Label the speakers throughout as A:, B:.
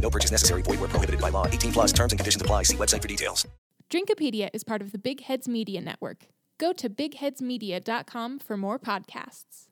A: No purchase necessary. Void where prohibited by law. 18 plus terms and conditions apply. See website for details.
B: Drinkopedia is part of the Big Heads Media Network. Go to bigheadsmedia.com for more podcasts.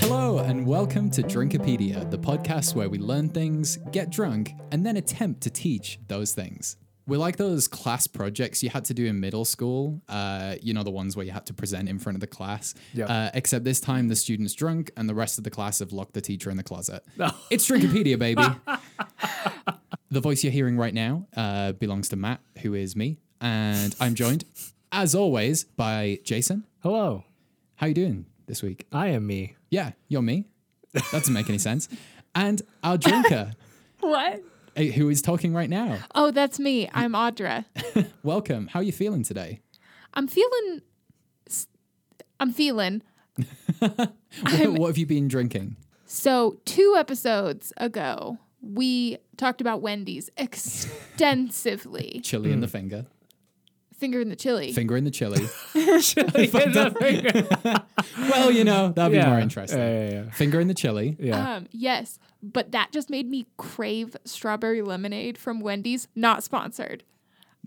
C: Hello, and welcome to Drinkopedia, the podcast where we learn things, get drunk, and then attempt to teach those things. We're like those class projects you had to do in middle school, uh, you know, the ones where you had to present in front of the class. Uh, except this time the student's drunk and the rest of the class have locked the teacher in the closet. It's Drinkopedia, baby. the voice you're hearing right now uh, belongs to Matt, who is me. And I'm joined, as always, by Jason.
D: Hello,
C: How you doing this week?
D: I am me.
C: Yeah, you're me. That doesn't make any sense. And our drinker,
B: What?
C: eh, who is talking right now.
B: Oh, that's me. I'm Audra.
C: Welcome. How are you feeling today?
B: I'm feeling. s- I'm feeling.
C: What, what have you been drinking?
B: So, two episodes ago, we talked about Wendy's extensively.
C: Chili in the finger,
B: Finger in the chili.
C: finger in the chili. well, you know that'd be
D: Yeah.
C: more interesting.
D: Yeah, yeah, yeah.
C: Finger in the chili.
D: Yeah.
B: Um, yes, but that just made me crave strawberry lemonade from Wendy's. Not sponsored.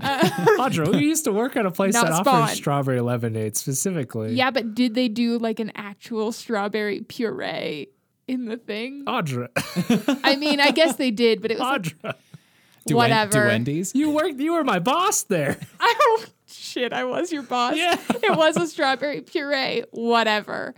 D: Audra, we used to work at a place
B: Not
D: that
B: Spawn.
D: offers strawberry lemonade specifically.
B: Yeah, but did they do like an actual strawberry puree in the thing?
D: Audra,
B: I mean, I guess they did, but it was like,
D: Audra,
C: Do Wen-
B: whatever.
C: do Wendy's.
D: you worked. You were my boss there.
B: I shit, I was your boss.
D: Yeah.
B: it was a strawberry puree, whatever.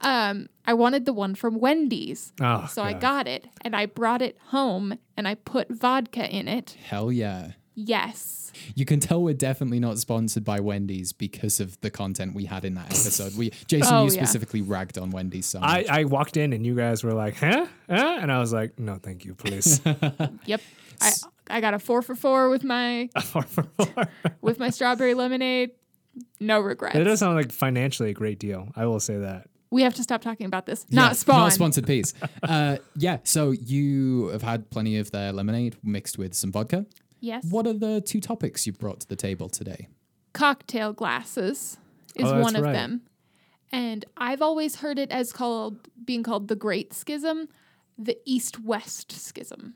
B: Um, I wanted the one from Wendy's.
D: Oh,
B: so I
D: God.
B: got it and I brought it home and I put vodka in it.
C: Hell yeah.
B: Yes.
C: You can tell we're definitely not sponsored by Wendy's because of the content we had in that episode. We Jason,
B: Oh,
C: you
B: yeah.
C: specifically ragged on Wendy's so
D: I,
C: much.
D: I walked in and you guys were like, huh? huh? And I was like, no, thank you, please.
B: Yep. I I got a four for four with my with my strawberry lemonade. No regrets.
D: it does sound like financially a great deal. I will say that.
B: We have to stop talking about this.
C: Yeah,
B: Not spawn.
C: Not a sponsored piece. uh, yeah. So you have had plenty of their lemonade mixed with some vodka.
B: Yes.
C: What are the two topics you brought to the table today?
B: cocktail glasses is
D: Oh,
B: one
D: that's
B: of
D: right.
B: them. And I've always heard it as called being called the Great Schism, the East West Schism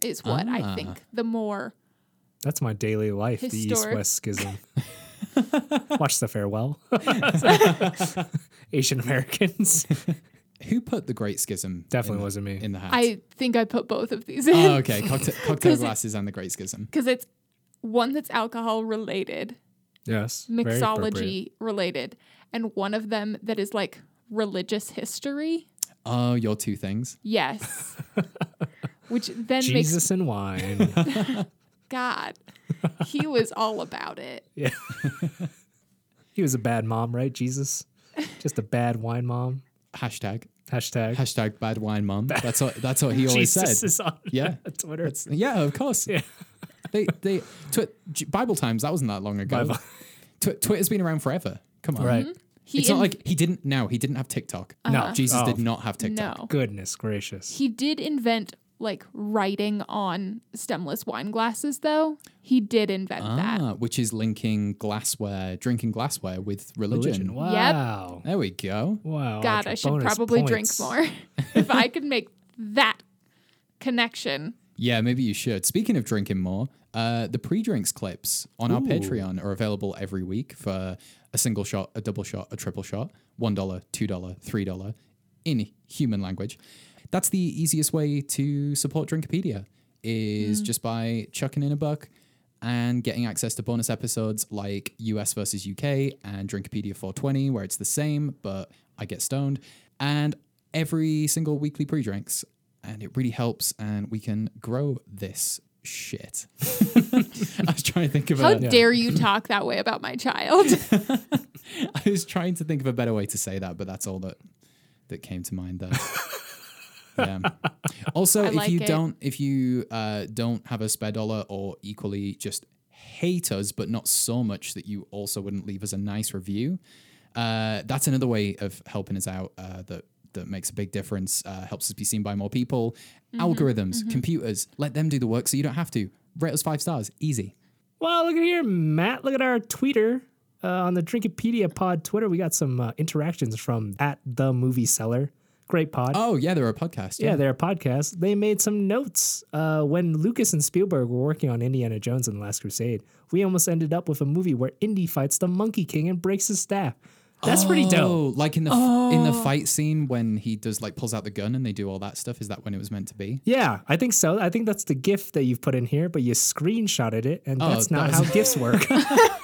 B: is what
D: Ah.
B: I think the more
D: That's my daily life, the East
B: Historic.
D: West schism. Watch the farewell. Asian Americans.
C: Who put the Great Schism?
D: Definitely
C: in the-
D: wasn't me.
C: in the hat.
B: I think I put both of these in.
C: oh, okay, cocktail, cocktail
B: 'Cause it-
C: glasses and the Great Schism.
B: Because it's one that's alcohol related,
D: yes. very appropriate.
B: mixology related, and one of them that is like religious history.
C: Oh, your two things.
B: Yes. Which then makes
D: Jesus and wine.
B: God. He was all about it.
D: He was a bad mom, right? Jesus, just a bad wine mom.
C: Hashtag.
D: Hashtag.
C: Hashtag bad wine mom. That's what that's what he always
D: Jesus
C: said.
D: is on
C: Yeah.
D: Twitter.
C: It's- yeah, of course. They they twi- J- Bible times. That wasn't that long ago.
D: Bible.
C: Twi- Twitter's been around forever. Come on,
D: right.
B: He
C: it's not
B: in-
C: like he didn't. No, he didn't have TikTok.
D: No.
C: Jesus
D: Oh,
C: did not have TikTok.
B: no.
D: Goodness gracious.
B: He did invent like writing on stemless wine glasses, though. He did invent that.
C: Ah, which is linking glassware, drinking glassware with religion.
D: Religion. Wow.
C: There we go.
D: Wow.
B: God,
D: like
B: I should
D: bonus
B: probably
D: points.
B: drink more. if I could make that connection.
C: Yeah, maybe you should. Speaking of drinking more, uh, the pre-drinks clips on our Patreon are available every week for a single shot, a double shot, a triple shot, one dollar, two dollar, three dollar, in human language. That's the easiest way to support Drinkopedia is just by chucking in a buck and getting access to bonus episodes like US versus UK and Drinkopedia 420, where it's the same, but I get stoned, and every single weekly pre drinks. And it really helps, and we can grow this shit. I was trying to think of
B: How
C: a,
B: dare you talk that way about my child?
C: I was trying to think of a better way to say that, but that's all that that came to mind there. yeah. Also,
B: I
C: if
B: like
C: you
B: it.
C: don't if you uh, don't have a spare dollar or equally just hate us, but not so much that you also wouldn't leave us a nice review, uh, that's another way of helping us out uh, that that makes a big difference. Uh, helps us be seen by more people.
B: Mm-hmm,
C: Algorithms, computers, let them do the work, so you don't have to rate us five stars. Easy.
D: Well, look at here, Matt. Look at our tweeter uh, on the Drinkopedia pod Twitter. We got some uh, interactions from at the movie seller. Great pod.
C: Oh yeah, they're a podcast.
D: yeah, they're a podcast. They made some notes uh, when Lucas and Spielberg were working on Indiana Jones and the Last Crusade. We almost ended up with a movie where Indy fights the Monkey King and breaks his staff. That's pretty dope.
C: Oh, like in the f- in the fight scene when he does like pulls out the gun and they do all that stuff. Is that when it was meant to be?
D: Yeah, I think so. I think that's the GIF that you've put in here, but you screenshotted it, and that's
C: Oh, that
D: not
C: was-
D: how GIFs work. Oh,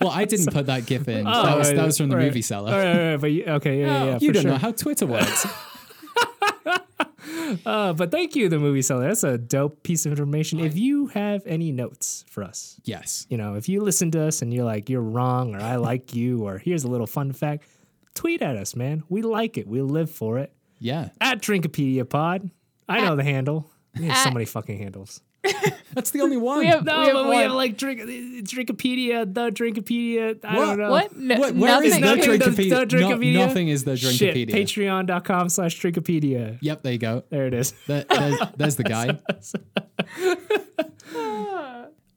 C: Well, I didn't put that gif in. Oh, that was that was from the
D: right.
C: movie seller. Oh,
D: All right, all right, but you, okay, yeah, yeah, yeah,
C: You
D: for
C: don't
D: sure.
C: know how Twitter works.
D: Uh, but thank you, the movie seller. That's a dope piece of information. If you have any notes for us,
C: yes.
D: you know, if you listen to us and you're like, you're wrong, or I like you, or here's a little fun fact, tweet at us, man. We like it. We live for it.
C: Yeah.
D: At Drinkopedia Pod. I know the handle. We have so
B: at-
D: many fucking handles.
C: That's the only one.
B: we have,
D: No,
B: we have
D: but we
B: one.
D: have like drink, Drinkopedia, the Drinkopedia. I
C: What?
D: don't know.
B: what? No,
C: What- where is
B: nothing.
C: that
D: Nothing,
C: drink?
D: the-
C: Drinkopedia.
D: the Drinkopedia?
C: No- nothing is the
D: Shit.
C: Drinkopedia.
D: Patreon.com slash Drinkopedia.
C: Yep, there you go.
D: There it is.
C: There- there's, there's the guy.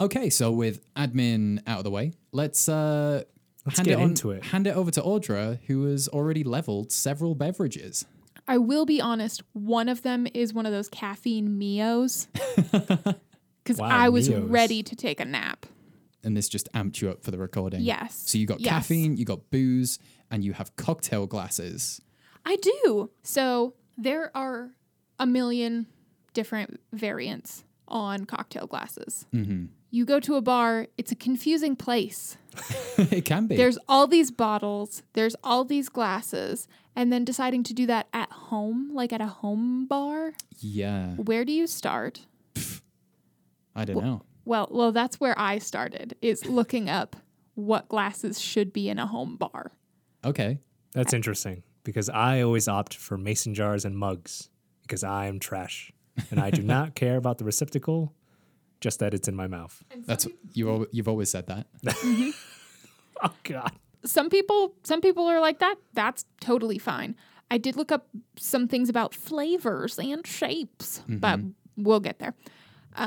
C: okay, so with admin out of the way, let's uh hand
D: get
C: it on-
D: into it.
C: Hand it over to Audra, who has already leveled several beverages.
B: I will be honest, one of them is one of those caffeine Mios. Because
D: Wow,
B: I was
D: Mios.
B: ready to take a nap.
C: and this just amped you up for the recording.
B: Yes.
C: So you got
B: Yes.
C: caffeine, you got booze, and you have cocktail glasses.
B: I do. So there are a million different variants on cocktail glasses. You go to a bar, it's a confusing place.
C: it can be.
B: There's all these bottles, there's all these glasses, and then deciding to do that at home, like at a home bar,
C: yeah.
B: where do you start?
C: I don't know.
B: Well, well, that's where I started is looking up what glasses should be in a home bar.
C: Okay.
D: That's interesting because I always opt for mason jars and mugs because I am trash and I do not care about the receptacle, just that it's in my mouth.
C: That's you. al- You've always said that.
D: Oh God!
B: Some people, some people are like that. That's totally fine. I did look up some things about flavors and shapes, but we'll get there.
D: Do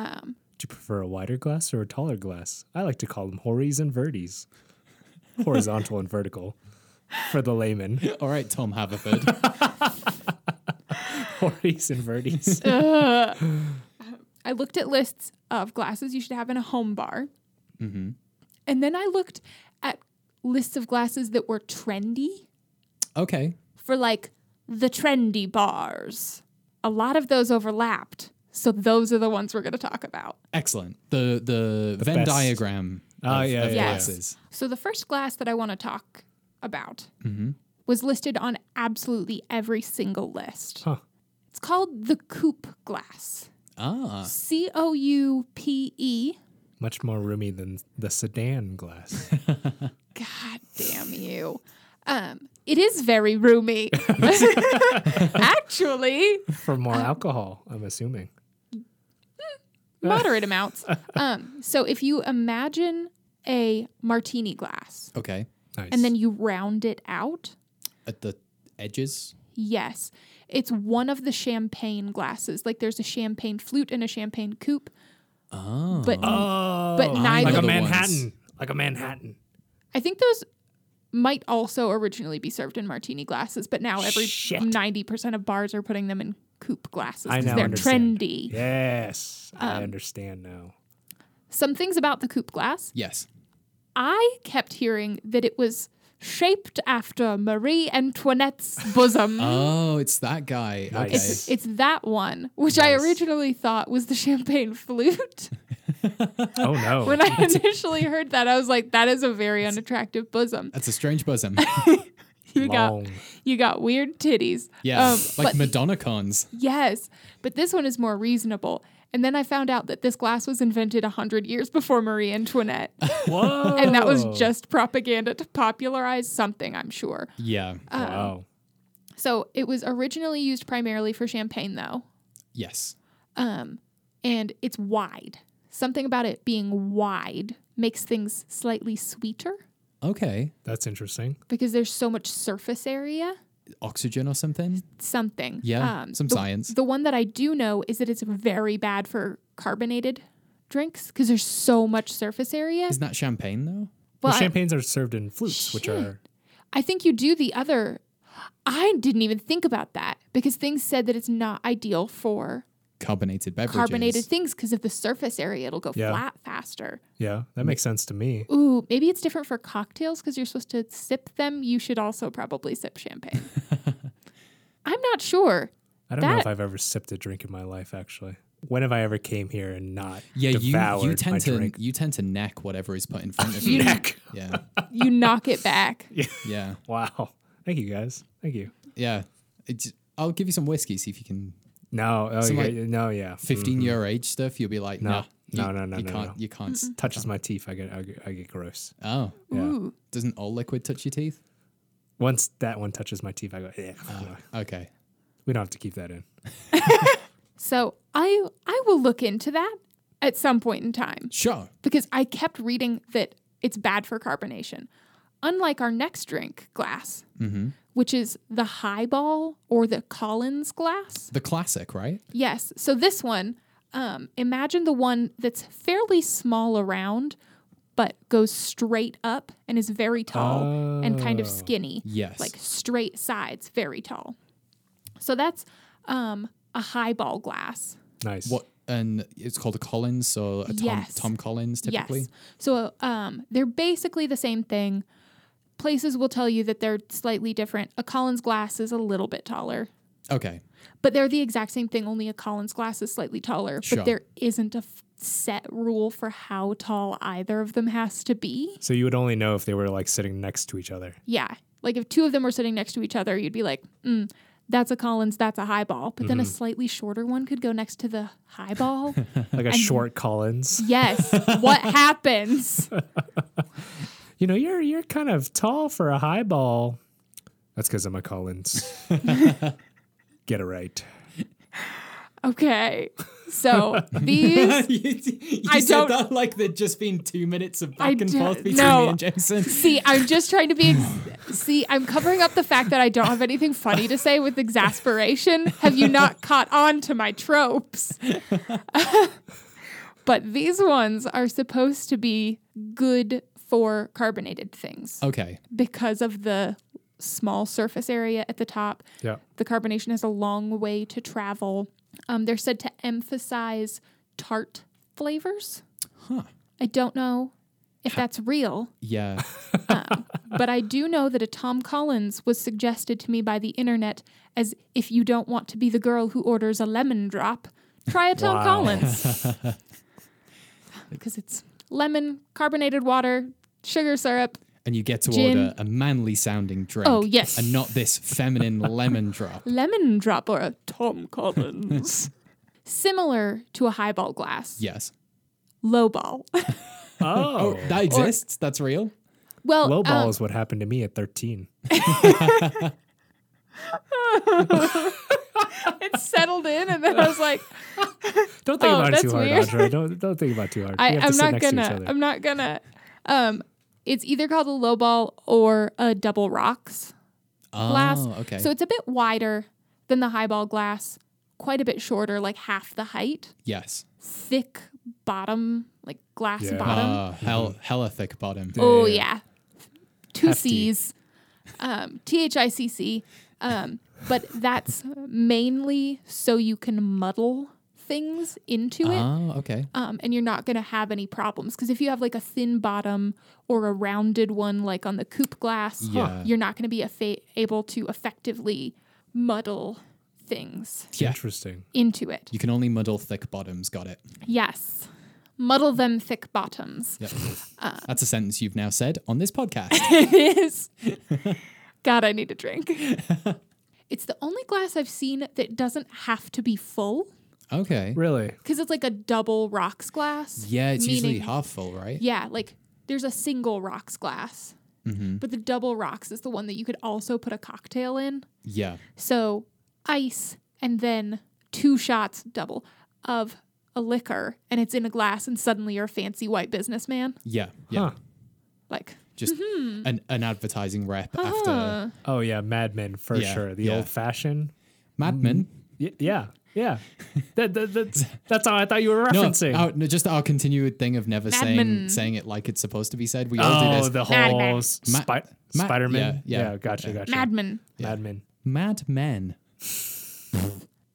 D: you prefer a wider glass or a taller glass? I like to call them hories and verties, horizontal and vertical, for the layman.
C: All right, Tom Haverford.
D: Hories and verties.
B: I looked at lists of glasses you should have in a home bar. And then I looked at lists of glasses that were trendy
C: okay.
B: for like the trendy bars. A lot of those overlapped. So those are the ones we're going to talk about.
C: Excellent. The the, Ah, Venn
D: best.
C: diagram.
D: Oh,
C: of,
D: yeah,
C: of
D: yeah, yeah.
C: glasses.
B: So the first glass that I want to talk about was listed on absolutely every single list.
D: Huh.
B: It's called the coupe glass.
C: Ah.
B: C O U P E.
D: Much more roomy than the sedan glass.
B: God damn you. Um, it is very roomy. Actually,
D: for
B: Um,
D: more alcohol, I'm assuming.
B: moderate amounts. Um, so if you imagine a martini glass
C: Okay.
D: Nice.
B: and then you round it out,
C: At the edges.
B: yes, it's one of the champagne glasses. Like there's a champagne flute and a champagne coupe,
C: Oh.
B: but
D: oh,
B: but neither-
D: like a
C: Little
D: Manhattan,
C: ones.
D: like a Manhattan.
B: I think those might also originally be served in martini glasses, but now every
D: Shit.
B: ninety percent of bars are putting them in coupe glasses
D: I
B: because
D: now
B: they're
D: understand.
B: trendy.
D: Yes,
B: Um,
D: I understand now.
B: Some things about the coupe glass
C: yes.
B: I kept hearing that it was shaped after Marie Antoinette's bosom.
C: Oh, it's that guy.
D: Nice.
C: Okay.
B: It's, it's that one, which I
D: Nice.
B: originally thought was the champagne flute.
D: Oh no,
B: when I initially heard that, I was like, that is a very unattractive bosom.
C: That's a strange bosom.
B: You got
D: Long.
B: you got weird titties.
C: Yeah.
B: Um,
C: like
B: but
C: Madonna cons.
B: yes, but this one is more reasonable. And then I found out that this glass was invented 100 years before Marie Antoinette.
D: Whoa,
B: and that
D: Oh.
B: was just propaganda to popularize something, I'm sure. Um,
C: Yeah.
D: wow.
B: So it was originally used primarily for champagne, though, Um,
C: yes.
B: and it's wide. Something about it being wide makes things slightly sweeter
C: Okay.
D: That's interesting.
B: because there's so much surface area.
C: Oxygen or something?
B: Something.
C: Yeah, some
B: Um, the-
C: science.
B: The one that I do know is that it's very bad for carbonated drinks because there's so much surface area.
C: Isn't that champagne though?
D: Well,
B: Well, I-
D: champagnes are served in flutes, which are
B: I think you do the other. I didn't even think about that because things said that it's not ideal for
C: Carbonated beverages.
B: carbonated things because of the surface area. It'll go
D: Yeah.
B: flat faster.
D: yeah, that makes sense to me.
B: Ooh, maybe it's different for cocktails because you're supposed to sip them. You should also probably sip champagne. I'm not sure.
D: I don't know if
B: That-
D: I've ever sipped a drink in my life. Actually, when have I ever came here and not
C: Yeah,
D: devoured
C: you, you
D: my
C: tend to
D: drink?
C: you tend to neck whatever is put in front of you.
D: Neck.
C: Yeah.
B: You knock it back.
C: Yeah.
D: Wow. Thank you guys. Thank you.
C: Yeah. It's, I'll give you some whiskey, see if you can
D: No. Oh,
C: Some,
D: yeah,
C: like,
D: no. Yeah.
C: 15 year age stuff, you'll be like,
D: Mm-hmm. No.
C: nah, you,
D: No, no, no,
C: you
D: no,
C: can't,
D: no.
C: you can't. s-
D: touches my teeth, I get I get, I get gross.
C: Oh,
B: Ooh.
C: doesn't all liquid touch your teeth?
D: Once that one touches my teeth, I go. Yeah.
C: Ah. Okay,
D: We don't have to keep that in.
B: So I I will look into that at some point in time
C: sure.
B: because I kept reading that it's bad for carbonation. Unlike our next drink glass, which is the highball or the Collins glass.
C: The classic, right?
B: Yes. So this one, um, imagine the one that's fairly small around, but goes straight up and is very tall and kind of skinny.
C: Yes.
B: Like straight sides, very tall. So that's um, a highball glass.
D: Nice.
C: What? And it's called a Collins, so a Tom,
B: Yes.
C: Tom Collins typically.
B: Yes. So um, they're basically the same thing. Places will tell you that they're slightly different. A Collins glass is a little bit taller,
C: Okay,
B: But they're the exact same thing, only a Collins glass is slightly taller.
C: Sure.
B: But there isn't a f- set rule for how tall either of them has to be.
D: So you would only know if they were like sitting next to each other.
B: Yeah. Like if two of them were sitting next to each other, you'd be like, mm, that's a Collins, that's a highball. But then a slightly shorter one could go next to the highball.
D: Like a short Collins.
B: yes. What happens?
D: You know, you're you're kind of tall for a highball. That's because I'm a Collins. Get it right.
B: Okay. So these.
C: you, you
B: I don't-
C: like there'd just been two minutes of
B: I don't- no.
C: Jason.
B: See, I'm just trying to be. Ex- see, I'm covering up the fact that I don't have anything funny to say with exasperation. Have you not caught on to my tropes? but these ones are supposed to be good for carbonated things
C: Okay,
B: because of the small surface area at the top.
D: Yeah.
B: The carbonation has a long way to travel. Um, they're said to emphasize tart flavors.
C: huh?
B: I don't know if that's real.
C: Yeah,
B: but I do know that a Tom Collins was suggested to me by the internet as if you don't want to be the girl who orders a lemon drop, try a Tom
D: Wow.
B: Collins. Because it's lemon, carbonated water, sugar syrup.
C: and you get to
B: Gin.
C: order a manly sounding drink.
B: Oh, yes.
C: and not this feminine lemon drop.
B: Lemon drop or a Tom Collins. Similar to a highball glass,
C: Yes.
B: low ball.
D: Oh,
C: That exists. That's real.
B: Well,
D: Lowball
B: um,
D: is what happened to me at 13.
B: it settled in, and then I was like,
D: Don't think
B: oh,
D: about it too
B: that's
D: hard,
B: weird.
D: Andre. Don't, don't think about it too hard.
B: I,
D: we have to
B: I'm
D: sit
B: not
D: next to each
B: gonna.
D: other.
B: I'm not gonna. Um, it's either called a low ball or a double rocks
C: Oh,
B: glass.
C: okay.
B: So it's a bit wider than the highball glass, quite a bit shorter, like half the height.
C: yes.
B: Thick bottom, like glass
D: Yeah. Ah,
B: bottom.
C: Uh, hell, hella thick bottom.
B: oh yeah, two
D: Hefty.
B: C's, um, T H I C C. Um, but that's mainly so you can muddle things into it
C: Oh, okay.
B: um, and you're not going to have any problems. Because if you have like a thin bottom or a rounded one, like on the coupe glass,
C: Yeah.
B: you're not going to be effa- able to effectively muddle things
C: Yeah.
D: Interesting.
B: into it.
C: You can only muddle thick bottoms. Got it.
B: Yes. Muddle them thick bottoms.
C: Yep.
B: Uh.
C: That's a sentence you've now said on this podcast.
B: it is. God, I need a drink. it's the only glass I've seen that doesn't have to be full
C: Okay.
D: Really?
B: because it's like a double rocks glass.
C: Yeah, it's usually
B: meaning-
C: half full, right?
B: Yeah, like there's a single rocks glass, but the double rocks is the one that you could also put a cocktail in.
C: Yeah.
B: So ice and then two shots double of a liquor, and it's in a glass, and suddenly you're a fancy white businessman.
C: Yeah. Yeah.
D: Huh.
B: Like,
C: Just an, an advertising rep
B: Mm-hmm.
C: after
B: huh,
D: Oh, yeah. Mad Men, for
C: Yeah,
D: sure. The
C: yeah.
D: old fashioned. Mm.
C: Mad Men.
D: Y- yeah. Yeah. that, that, that's, that's how I thought you were
C: No,
D: referencing.
C: our- no, just our continued thing of never saying
B: Men.
C: saying it like it's supposed to be said. We all do
D: oh,
C: this.
D: the
B: Mad
D: whole
B: Men.
D: spi-
C: Ma- Ma-
D: Spider Man.
C: yeah, yeah,
D: Gotcha. Gotcha.
B: madman.
D: Mad Men.
C: Mad Men.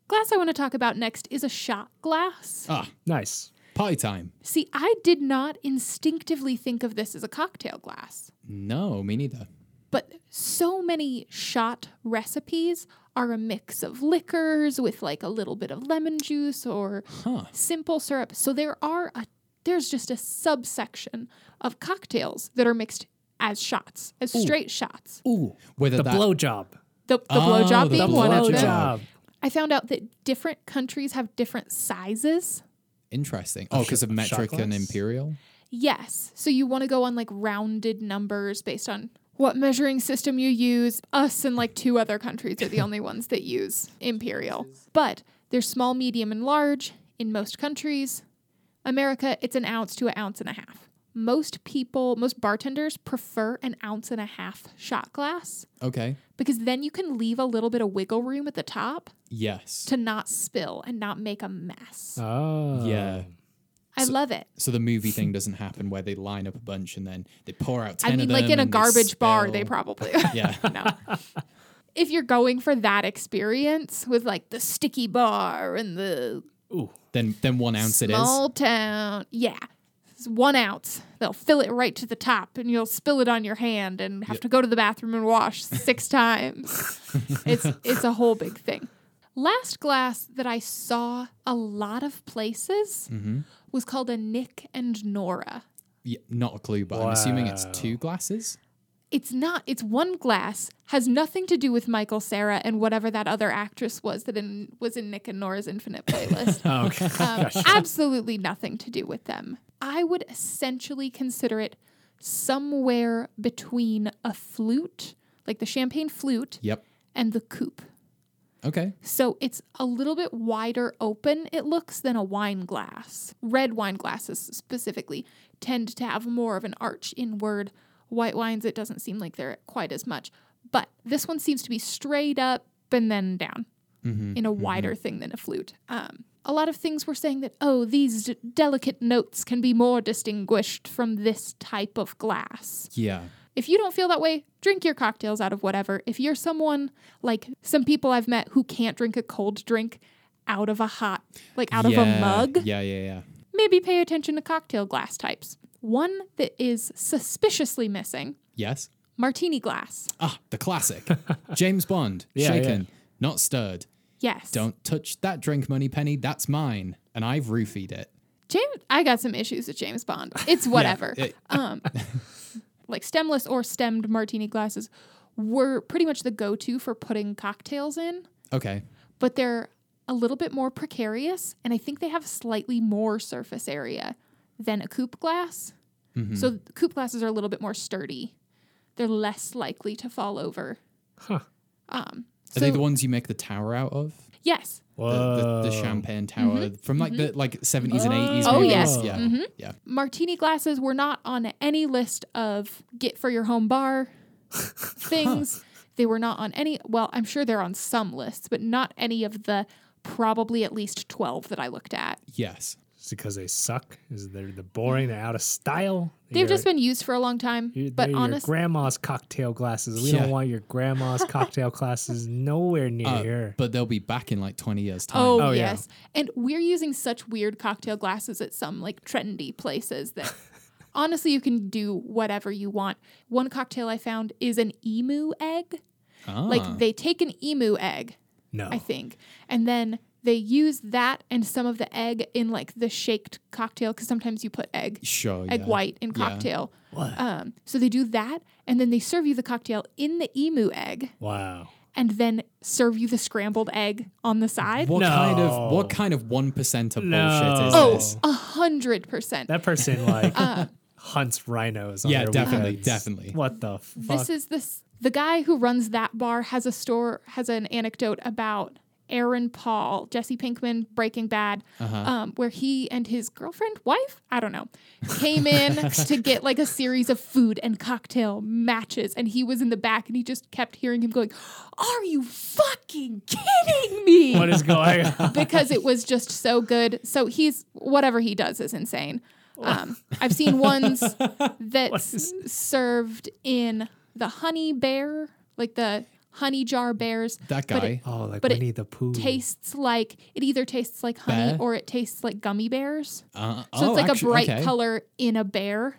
B: Glass I want to talk about next is a shot glass.
C: Ah,
D: Nice.
C: party time.
B: See, I did not instinctively think of this as a cocktail glass.
C: No, me neither.
B: but so many shot recipes are a mix of liquors with like a little bit of lemon juice or simple syrup. So there are a there's just a subsection of cocktails that are mixed as shots, as straight shots.
C: Ooh, whether
D: The
C: that
D: blowjob.
B: The, the
C: Oh,
B: blowjob
C: the
B: being one of them.
C: blowjob.
D: Blowjob.
B: I found out that different countries have different sizes.
C: interesting. Oh, because of
D: shot
C: metric and
D: glass?
C: imperial.
B: Yes. So you want to go on like rounded numbers based on what measuring system you use. Us and like two other countries are the only ones that use imperial. But there's small, medium, and large in most countries. America, it's an ounce to an ounce and a half. Most people, most bartenders prefer an ounce and a half shot glass
C: Okay.
B: because then you can leave a little bit of wiggle room at the top
C: Yes.
B: to not spill and not make a mess.
D: Oh.
C: yeah.
B: I love it.
C: Uh, So the movie thing doesn't happen where they line up a bunch and then they pour out ten
B: I mean,
C: of
B: like
C: them
B: in a
C: and they
B: garbage bar,
C: spill.
B: they probably
C: Yeah.
B: no. If you're going for that experience with like the sticky bar and the
C: Then then one ounce it
B: small town, yeah, it's one ounce. They'll fill it right to the top, and you'll spill it on your hand and have to go to the bathroom and wash six times. it's it's a whole big thing. Last glass that I saw a lot of places was called a Nick and Nora.
C: is. Yeah, not a clue, but I'm assuming it's two glasses.
B: it's not it's one glass has nothing to do with michael sarah and whatever that other actress was that in, was in nick and nora's infinite playlist
D: Oh, okay.
B: Um, absolutely nothing to do with them i would essentially consider it somewhere between a flute like the champagne flute
C: Yep.
B: and the coupe
C: Okay.
B: so it's a little bit wider open, it looks, than a wine glass. Red wine glasses specifically tend to have more of an arch inward. White wines, it doesn't seem like they're quite as much. But this one seems to be straight up and then down in a wider thing than a flute. Um, a lot of things were saying that, oh, these d- delicate notes can be more distinguished from this type of glass.
C: Yeah.
B: If you don't feel that way, drink your cocktails out of whatever. If you're someone like some people I've met who can't drink a cold drink out of a hot, like out of
C: Yeah.
B: a mug,
C: Yeah, yeah, yeah.
B: maybe pay attention to cocktail glass types. One that is suspiciously missing
C: Yes.
B: martini glass.
C: Ah, the classic. James Bond.
D: Yeah, yeah.
C: shaken, not stirred.
B: Yes.
C: Don't touch that drink money penny. That's mine. And I've roofied it.
B: James, I got some issues with James Bond. It's whatever.
C: it-
B: um, like stemless or stemmed martini glasses were pretty much the go to for putting cocktails in.
C: Okay.
B: but they're a little bit more precarious and I think they have slightly more
C: Mm-hmm.
B: surface area than a coupe glass. So coupe glasses are a little bit more sturdy they're less likely to fall over.
D: Huh.
B: Um,
C: Are
B: so-
C: they the ones you make the tower out of?
B: Yes.
C: The, the, the
D: Whoa.
C: champagne tower from like the like 70s and 80s.
B: Mm-hmm. Oh,
C: movies?
B: yes.
C: Yeah. Yeah.
B: Martini glasses were not on any list of get for your home bar things. They were not on any, well, I'm sure they're on some lists, but not any of the probably at least 12 that I looked at.
C: Yes.
D: Is it because they suck? Is it they're the boring? They're out of style.
B: They've just been used for a long time, but
D: your
B: honestly,
D: grandma's cocktail glasses. We
C: Yeah.
D: don't want your grandma's cocktail glasses nowhere near
C: Uh,
D: here.
C: but they'll be back in like 20 years time.
B: oh,
D: Oh, yeah.
B: yes. And we're using such weird cocktail glasses at some like trendy places that honestly, you can do whatever you want. One cocktail I found is an emu egg.
C: Ah.
B: Like they take an emu egg
D: No,
B: I think. And then they use that and some of the egg in like the shaked cocktail because sometimes you put egg,
C: sure.
B: egg
C: yeah.
B: white in cocktail. Um, so they do that and then they serve you the cocktail in the emu egg
D: Wow.
B: and then serve you the scrambled egg on the side.
C: What kind of
D: No.
C: what kind of one percent of bullshit
D: No.
C: is
B: Oh,
C: this?
B: a hundred percent.
D: That person like
B: Uh,
D: hunts rhinos. On
C: Yeah,
D: their
C: definitely,
D: weekends.
C: definitely.
D: What the fuck?
B: This is this the guy who runs that bar has a store has an anecdote about Aaron Paul, Jesse Pinkman, Breaking Bad, um, where he and his girlfriend, wife, I don't know, came in to get like a series of food and cocktail matches, and he was in the back, and he just kept hearing him going, "Are you fucking kidding me?"
D: what is going on?
B: because it was just so good. So he's whatever he does is insane. Um, I've seen ones that's served in the honey bear, like the honey jar bears.
C: That
B: but
C: guy.
B: it
D: Oh, like
B: But it
D: Winnie the Pooh.
B: tastes like it either tastes like honey
C: Bear?
B: or it tastes like gummy bears.
C: Uh,
B: So
C: oh,
B: it's like
C: actu-
B: a bright
C: okay.
B: color in a bear.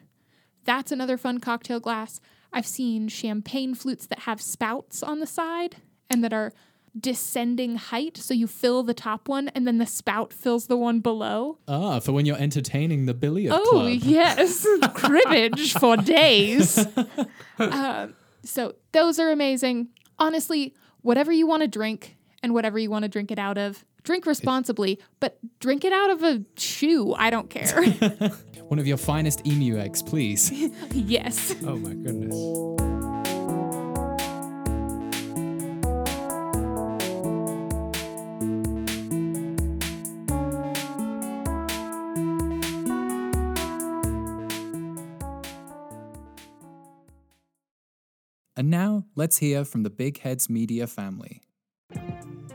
B: That's another fun cocktail glass. I've seen champagne flutes that have spouts on the side and that are descending height. So you fill the top one and then the spout fills the one below.
C: Ah, for when you're entertaining the billiard
B: oh,
C: club.
B: yes. Cribbage for days. um, so those are amazing. Honestly, whatever you want to drink and whatever you want to drink it out of, drink responsibly, but drink it out of a shoe. I don't care.
C: One of your finest emu eggs, please.
B: yes.
D: Oh my goodness.
C: and now let's hear from the Big Heads Media family.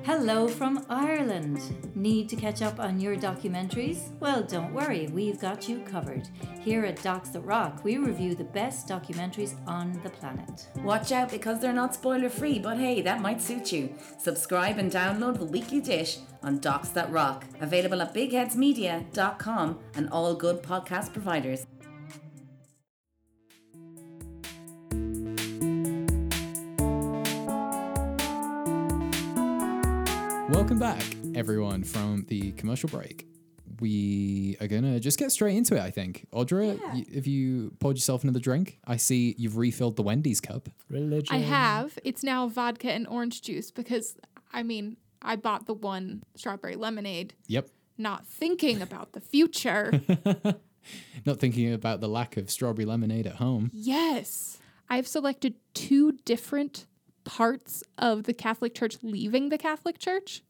E: Hello from Ireland. Need to catch up on your documentaries? Well, don't worry, we've got you covered. Here at Docs That Rock, we review the best documentaries on the planet.
F: Watch out because they're not spoiler free, but hey, that might suit you. Subscribe and download the weekly dish on Docs That Rock, available at bigheadsmedia.com and all good podcast providers.
C: Welcome back, everyone, from the commercial break. We are gonna just get straight into it, I think. Audra, y- if you poured yourself another drink, I see you've refilled the Wendy's cup.
D: Religion.
B: I have. It's now vodka and orange juice because I mean, I bought the one strawberry lemonade
C: Yep.
B: not thinking about the future.
C: Not thinking about the lack of strawberry lemonade at home.
B: yes. I've selected two different parts of the Catholic Church leaving the Catholic Church.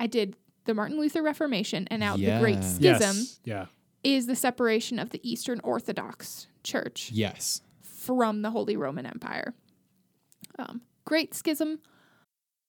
B: I did the Martin Luther Reformation and now the Great
C: Yeah.
B: Schism
D: Yes. Yeah.
B: is the separation of the Eastern Orthodox Church.
C: Yes.
B: from the Holy Roman Empire. Um, Great Schism.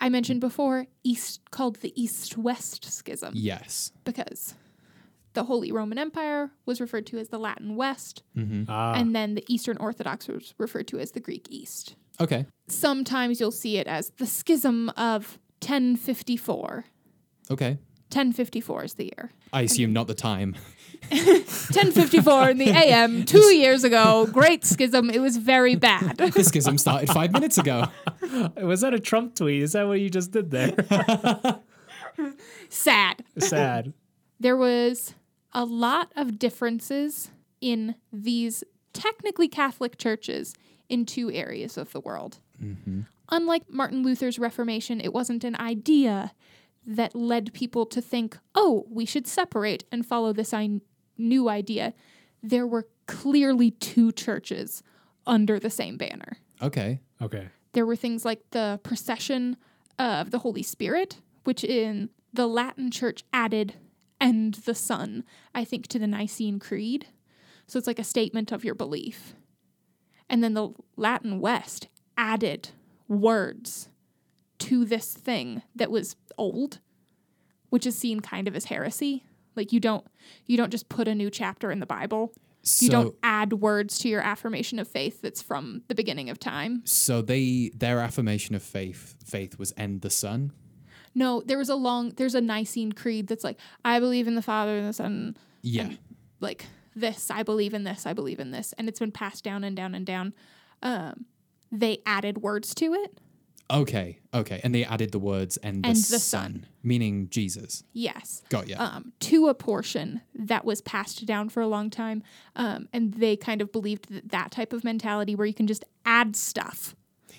B: I mentioned before, East called the East West Schism
C: Yes.
B: because the Holy Roman Empire was referred to as the Latin West,
D: Ah,
B: and then the Eastern Orthodox was referred to as the Greek East.
C: Okay.
B: Sometimes you'll see it as the schism of 1054.
C: Okay.
B: 1054 is the year.
C: I assume not the time.
B: 1054 in the AM, two years ago. Great schism. It was very bad.
C: This schism started five minutes ago.
D: was that a Trump tweet? Is that what you just did there?
B: Sad.
D: Sad.
B: there was a lot of differences in these technically Catholic churches in two areas of the world. Unlike Martin Luther's Reformation, it wasn't an idea that led people to think, oh, we should separate and follow this I- new idea. There were clearly two churches under the same banner.
C: Okay.
D: Okay.
B: There were things like the procession of the Holy Spirit, which in the Latin Church added and the Son, I think, to the Nicene Creed. So it's like a statement of your belief. And then the Latin West added words to this thing that was old, which is seen kind of as heresy. Like you don't you don't just put a new chapter in the Bible.
C: So
B: You don't add words to your affirmation of faith that's from the beginning of time.
C: so they their affirmation of faith faith was end the sun.
B: No, there was a long. There's a Nicene Creed that's like, I believe in the Father and the Son,
C: Yeah.
B: like this. I believe in this. I believe in this, and it's been passed down and down and down. Um, they added words to it.
C: Okay. Okay. And they added the words end the,
B: And the
C: sun,
B: sun.
C: meaning Jesus.
B: Yes.
C: Got ya.
B: Um, to a portion that was passed down for a long time, um, and they kind of believed that that type of mentality, where you can just add stuff,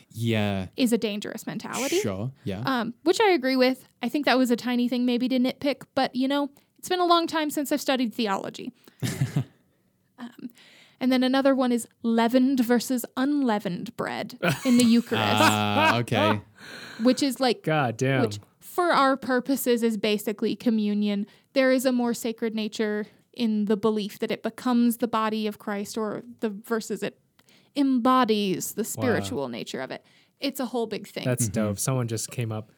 C: yeah.
B: is a dangerous mentality.
C: Sure. Yeah.
B: um, which I agree with. I think that was a tiny thing, maybe to nitpick, but you know, it's been a long time since I've studied theology. um, and then another one is leavened versus unleavened bread in the Eucharist,
C: Ah, okay.
B: which is like,
D: God damn.
B: which for our purposes is basically communion. There is a more sacred nature in the belief that it becomes the body of Christ or the versus it embodies the spiritual nature of it. It's a whole big thing.
D: That's dope. Someone just came up.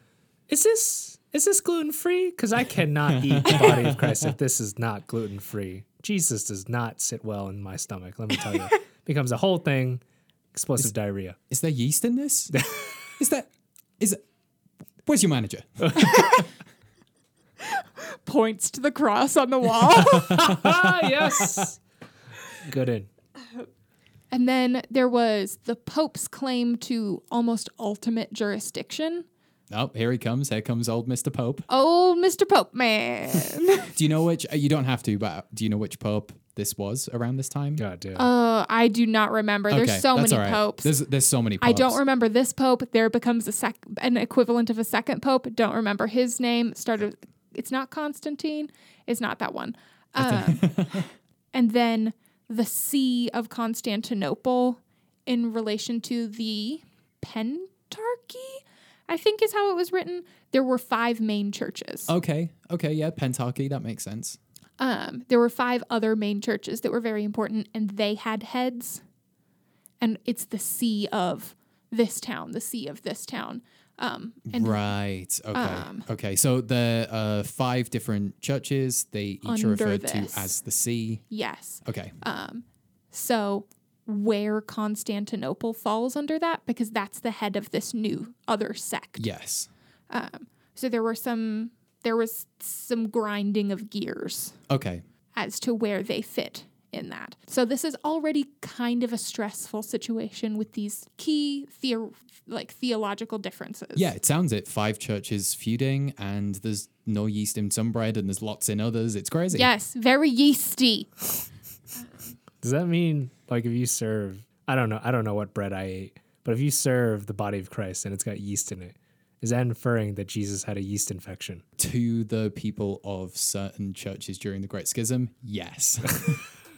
D: Is this is this gluten free? Because I cannot eat the body of Christ if this is not gluten free. Jesus does not sit well in my stomach. Let me tell you, becomes a whole thing. Explosive diarrhea.
C: Is there yeast in this? is that is it Where's your manager?
B: points to the cross on the wall.
D: ah yes. Good in.
B: And then there was the Pope's claim to almost ultimate jurisdiction.
C: Oh, here he comes. Here comes old Mr. Pope.
B: Oh, Mr. Pope man.
C: Do you know which? uh, You don't have to, but do you know which Pope this was around this time?
D: God damn.
B: uh, I do not remember.
C: Okay,
B: There's so
C: that's
B: many
C: all right.
B: popes.
C: There's there's so many. Popes.
B: I don't remember this pope. There becomes a sec- an equivalent of a second pope. Don't remember his name. Started. with- It's not Constantine. It's not that one. Um, and then the See of Constantinople in relation to the Pentarchy, I think is how it was written. There were five main churches.
C: Okay. Okay. Yeah. Pentarchy. That makes sense.
B: Um, there were five other main churches that were very important, and they had heads. And it's the see of this town, the see of this town. Um, and um,
C: right. Okay. okay. So the uh, five different churches. They each are
B: Under
C: referred
B: this. Uh,
C: to as the see.
B: yes,
C: Okay.
B: so where Constantinople falls under that, because that's the head of this new other sect.
C: yes.
B: So there were some, there was some grinding of gears.
C: Okay.
B: as to where they fit in that. So this is already kind of a stressful situation with these key theo- like theological differences.
C: Yeah. It sounds it. Five churches feuding, and there's no yeast in some bread, and there's lots in others. It's crazy.
B: Yes, very yeasty.
D: Does that mean like if you serve? I don't know. I don't know what bread I ate, but if you serve the body of Christ and it's got yeast in it, is that inferring that Jesus had a yeast infection?
C: To the people of certain churches during the Great Schism. Yes.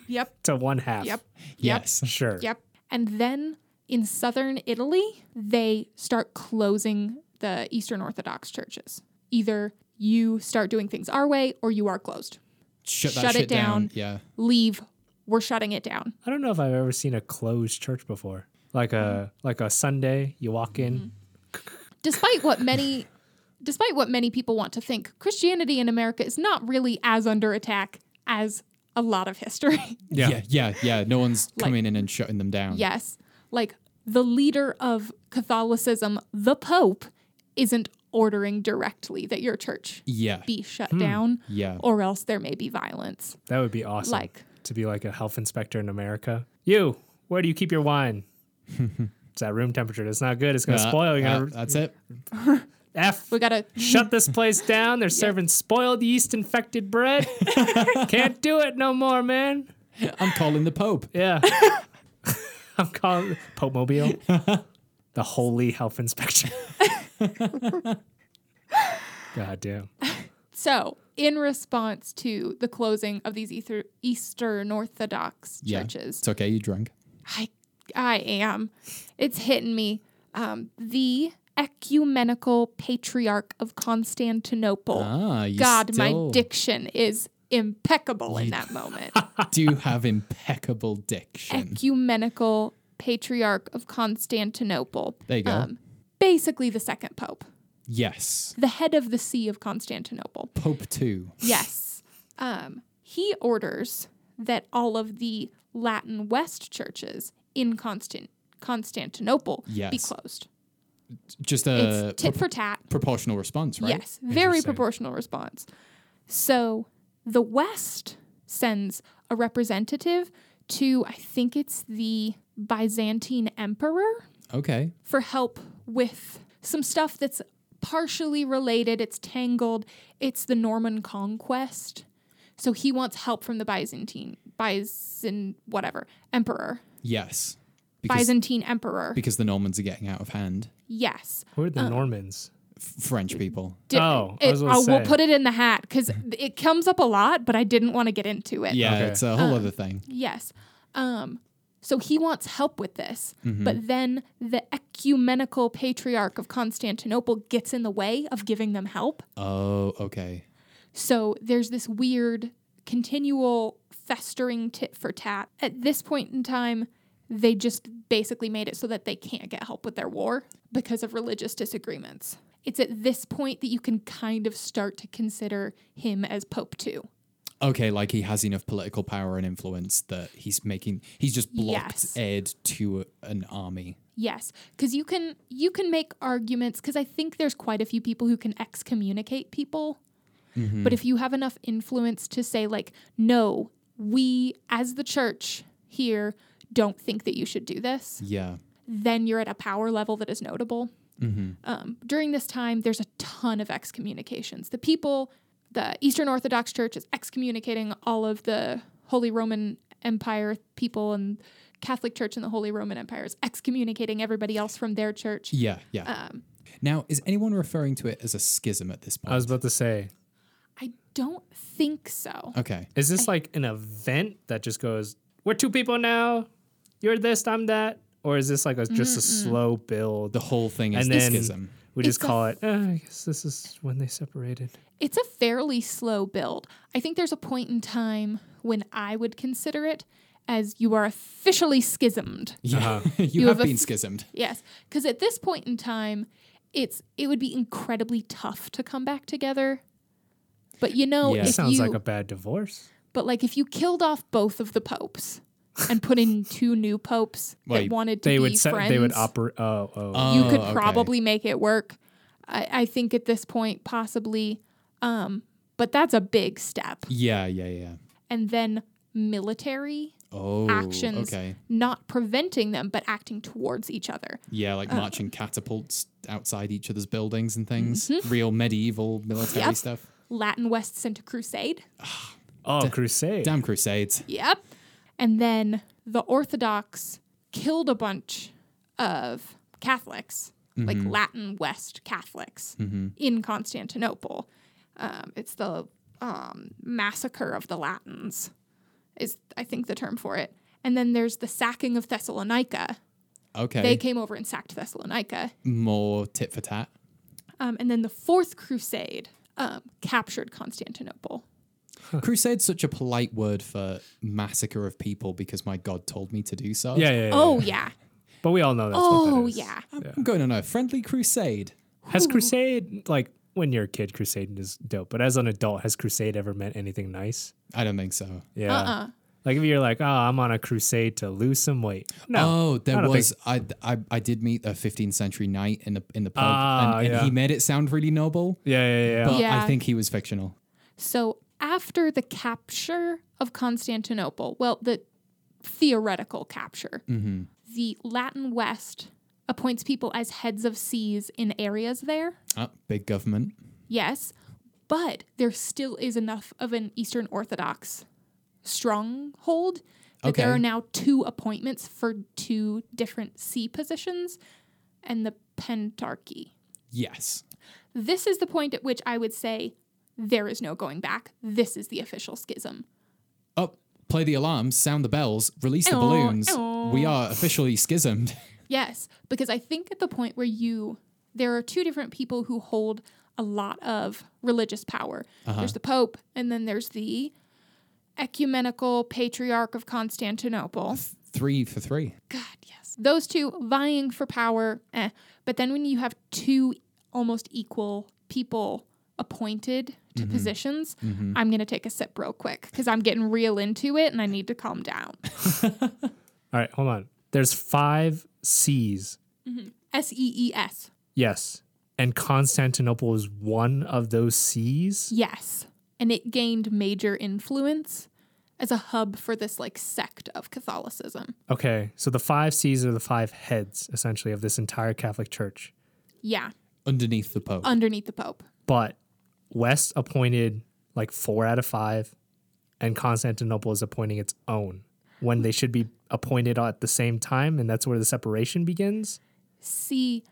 B: Yep.
D: To one half.
B: Yep.
C: yes.
D: Sure.
B: Yep. And then in southern Italy, they start closing the Eastern Orthodox churches. Either you start doing things our way or you are closed.
C: Shut that
B: Shut it
C: shit down.
B: down.
C: Yeah.
B: Leave. We're shutting it down.
D: I don't know if I've ever seen a closed church before. Like a like a Sunday, you walk in.
B: Mm-hmm. despite what many despite what many people want to think christianity in america is not really as under attack as a lot of history
C: Yeah. Yeah. Yeah. No one's coming in and shutting them down.
B: yes like the leader of catholicism the pope isn't ordering directly that your church
C: Yeah.
B: be shut down
C: Hmm. Yeah.
B: or else there may be violence
D: That would be awesome.
B: Like-
D: to be like a health inspector in America. You, where do you keep your wine? it's at room temperature. It's not good. It's gonna
C: Uh,
D: spoil. You're
C: uh,
D: gonna
C: that's it.
D: f.
B: we gotta
D: Shut this place down. They're serving spoiled yeast infected bread. Can't do it no more, man.
C: I'm calling the Pope.
D: Yeah. I'm calling Pope Mobile. the holy health inspector. God damn.
B: So, in response to the closing of these Ether- Eastern Orthodox
C: Yeah.
B: churches,
C: It's okay. You drunk.
B: I I am. It's hitting me. Um, the ecumenical patriarch of Constantinople.
C: Ah, you
B: God,
C: still
B: my diction is impeccable in that moment.
C: do have impeccable diction.
B: ecumenical patriarch of Constantinople.
C: There you go.
B: um, basically the second pope,
C: yes.
B: the head of the see of Constantinople.
C: Pope 2.
B: Yes. Um, he orders that all of the Latin West churches in Constant- Constantinople be
C: Yes.
B: closed.
C: Just a
B: it's tit
C: pro-
B: for tat.
C: proportional response, right?
B: Yes, very
C: Interesting.
B: proportional response. So the West sends a representative to, I think it's the Byzantine emperor
C: Okay.
B: for help with some stuff that's partially related. It's tangled. It's the Norman conquest. So he wants help from the Byzantine, Byzant, whatever, emperor,
C: Yes. Because,
B: Byzantine emperor.
C: because the Normans are getting out of hand.
B: yes.
D: Who are the Normans?
C: F- French people.
B: Di-
D: Oh, I
B: Uh, it-
D: was gonna
B: I will
D: say.
B: put it in the hat because it comes up a lot, but I didn't want to get into it.
C: Yeah,
D: Okay.
C: it's a
B: Uh.
C: whole other thing.
B: Yes. Um, so he wants help with this,
C: Mm-hmm.
B: but then the ecumenical patriarch of Constantinople gets in the way of giving them help.
C: Oh, okay.
B: So there's this weird continual festering tit for tat. At this point in time, they just basically made it so that they can't get help with their war because of religious disagreements. It's at this point that you can kind of start to consider him as Pope too.
C: Okay, like he has enough political power and influence that he's making, he's just blocked
B: Yes.
C: aid to an army.
B: Yes, because you can you can make arguments because I think there's quite a few people who can excommunicate people, but if you have enough influence to say like, no, we as the church here don't think that you should do this,
C: Yeah.
B: then you're at a power level that is notable. Um, during this time, there's a ton of excommunications. The people, the Eastern Orthodox Church is excommunicating all of the Holy Roman Empire people and Catholic Church and the Holy Roman Empire is excommunicating everybody else from their church.
C: Yeah, yeah.
B: Um.
C: now, is anyone referring to it as a schism at this point?
D: I was about to say,
B: I don't think so.
C: okay.
D: Is this like an event that just goes, we're two people now, you're this, I'm that? Or is this like a, just a slow build?
C: The whole thing is
D: and
C: the
D: then
C: schism.
D: we
B: It's
D: just
B: a-
D: call it, "Ah, I guess this is when they separated.
B: It's a fairly slow build. I think there's a point in time when I would consider it as you are officially schismed.
C: Yeah.
D: uh-huh.
C: you,
B: You
C: have,
B: have a
C: been
B: f-
C: schismed.
B: Yes, because at this point in time, it's it would be incredibly tough to come back together. But you know,
C: Yeah.
B: if
D: Sounds
B: you
D: like a bad divorce.
B: but like if you killed off both of the popes and put in two new popes
C: Well, you-
B: that wanted to
D: They
B: be
D: would se-
B: friends,
D: they would operate. Oh, oh.
B: you
C: Oh,
B: could
C: okay.
B: probably make it work. I, I think at this point, possibly, um, but that's a big step.
C: Yeah, yeah, yeah.
B: And then military
C: Oh,
B: Ah, actions,
C: okay.
B: not preventing them, but acting towards each other.
C: Yeah, like
B: uh.
C: marching catapults outside each other's buildings and things. Real medieval military
B: Mm-hmm. Yep.
C: stuff.
B: Latin West sent a crusade.
D: oh, crusade.
C: Damn crusades.
B: Yep. And then the Orthodox killed a bunch of Catholics, like
D: Mm-hmm.
B: Latin West Catholics, in Constantinople. Um, it's the um, massacre of the Latins, is I think the term for it. And then there's the sacking of Thessalonica.
C: Okay.
B: They came over and sacked Thessalonica.
C: More tit for tat.
B: Um, and then the Fourth Crusade um, captured Constantinople.
C: Crusade's such a polite word for massacre of people because my God told me to do so.
D: Yeah, yeah, yeah,
B: Oh,
D: yeah.
B: yeah.
D: But we all know that's what that
B: Oh,
D: is.
B: yeah.
C: I'm going on a friendly crusade.
D: Has Crusade, like, when you're a kid, Crusade is dope. But as an adult, has Crusade ever meant anything nice?
C: I don't think so.
D: Yeah.
B: Uh-uh.
D: Like, if you're like, oh, I'm on a crusade to lose some weight. No.
C: Oh,
D: I
C: there
D: don't
C: was I, I I did meet a 15th century knight in the in the pub,
D: Ah,
C: and, and
D: yeah.
C: he made it sound really noble,
D: Yeah, yeah, yeah.
C: but
B: Yeah.
C: I think he was fictional.
B: So after the capture of Constantinople, well, the theoretical capture, the Latin West appoints people as heads of seas in areas there.
C: Ah, big government.
B: Yes, but there still is enough of an Eastern Orthodox stronghold that there
C: Okay.
B: are now two appointments for two different sea positions and the Pentarchy.
C: Yes.
B: This is the point at which I would say there is no going back. This is the official schism.
C: Oh, play the alarms, sound the bells, release the
B: Ow,
C: balloons.
B: ow.
C: We are officially schismed.
B: Yes, because I think at the point where you, there are two different people who hold a lot of religious power. There's the Pope, and then there's the ecumenical patriarch of Constantinople.
C: three for three.
B: God, yes. Those two vying for power. Eh. But then when you have two almost equal people appointed to positions, I'm going to take a sip real quick because I'm getting real into it and I need to calm down.
D: All right, hold on. There's five C's.
B: S E E S.
D: Yes. And Constantinople is one of those C's.
B: Yes. And it gained major influence as a hub for this like sect of Catholicism.
D: Okay. So the five C's are the five heads, essentially, of this entire Catholic Church.
B: Yeah,
C: underneath the Pope.
B: underneath the Pope.
D: But West appointed like four out of five, and Constantinople is appointing its own when they should be appointed at the same time. And that's where the separation begins.
B: See,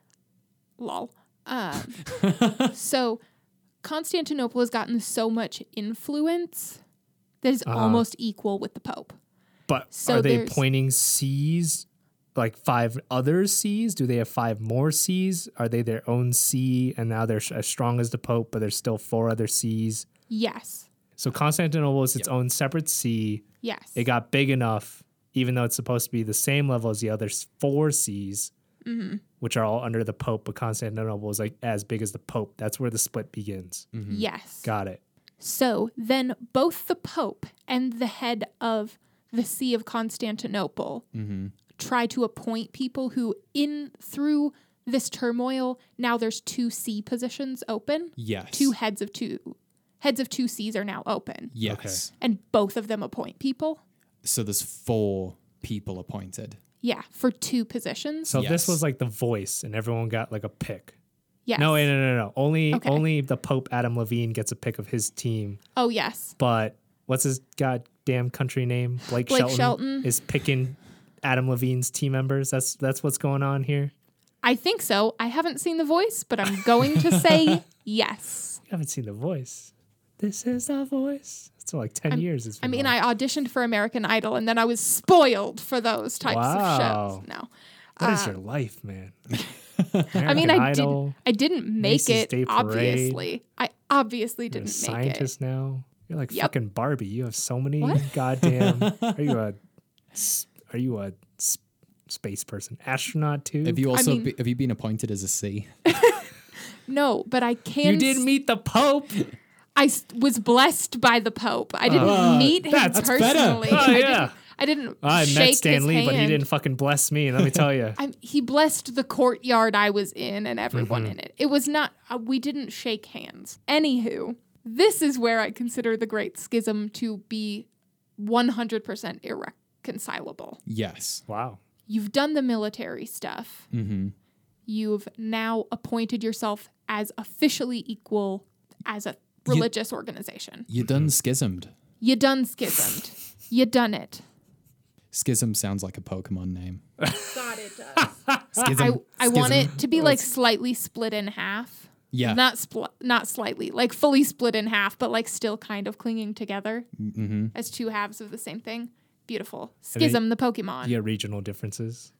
B: lol. Um, so Constantinople has gotten so much influence that is
D: Uh-huh.
B: almost equal with the Pope.
D: But
B: So
D: are they
B: there's-
D: appointing C's, like five other C's? Do they have five more C's? Are they their own C and now they're sh- as strong as the Pope, but there's still four other C's?
B: Yes,
D: So Constantinople is its own separate C.
B: yes.
D: It got big enough, even though it's supposed to be the same level as the other s- four C's,
B: Mm-hmm.
D: which are all under the Pope, but Constantinople is like as big as the Pope. That's where the split begins.
B: Mm. Yes.
D: Got it.
B: So then both the Pope and the head of the See of Constantinople try to appoint people who, in through this turmoil, now there's two C positions open.
C: yes.
B: Two heads of two heads of two C's are now open.
C: Yes.
B: And both of them appoint people.
C: So there's four people appointed.
B: Yeah, for two positions.
D: So
C: Yes.
D: this was like the voice, and everyone got like a pick.
B: yes.
D: No, wait, no, no, no. Only
B: Okay.
D: only the Pope Adam Levine gets a pick of his team.
B: Oh yes.
D: But what's his goddamn country name? Blake,
B: Blake
D: Shelton,
B: Shelton.
D: is picking Adam Levine's team members. That's that's what's going on here.
B: I think so. I haven't seen the voice, but I'm going to say yes.
D: You haven't seen The Voice. This is The Voice. It's like 10 years. It's
B: I
D: been
B: mean,
D: on.
B: I auditioned for American Idol and then I was spoiled for those types
D: Wow.
B: of shows. No.
D: What
B: Uh,
D: is your life, man?
B: I mean, I
D: Idol,
B: didn't I didn't make
D: Macy's
B: it
D: Day Parade.
B: obviously. I obviously
D: You're a
B: didn't make it.
D: scientist now. You're like
B: Yep.
D: fucking Barbie. You have so many
B: What?
D: goddamn. Are you a? s- Are you a s- space person? Astronaut too?
C: Have you also
B: mean-
C: be, have you been appointed as a C?
B: No, but I can
D: You did
B: s-
D: meet the Pope.
B: I s- was blessed by the Pope. I didn't meet him
D: Uh, that's
C: better.
B: personally.
D: Oh,
B: I
D: yeah.
B: didn't I didn't
D: I
B: shake
D: met Stan
B: his
D: Lee, but he
B: hand.
D: didn't fucking bless me. Let me tell you.
B: I'm, he blessed the courtyard I was in and everyone in it. It was not, uh, we didn't shake hands. Anywho, this is where I consider the Great Schism to be 100% irreconcilable.
C: Yes.
D: wow.
B: You've done the military stuff,
C: Mhm.
B: you've now appointed yourself as officially equal as a religious organization.
C: You done schismed.
B: You done schismed. you done it.
C: Schism sounds like a Pokemon name.
B: God, it does.
C: Schism.
B: I, I want
C: schism.
B: it to be like slightly split in half.
C: Yeah.
B: Not split, not slightly, like fully split in half, but like still kind of clinging together
C: Mm-hmm.
B: as two halves of the same thing. Beautiful.
D: And then
B: Schism, the Pokemon.
D: You get regional differences.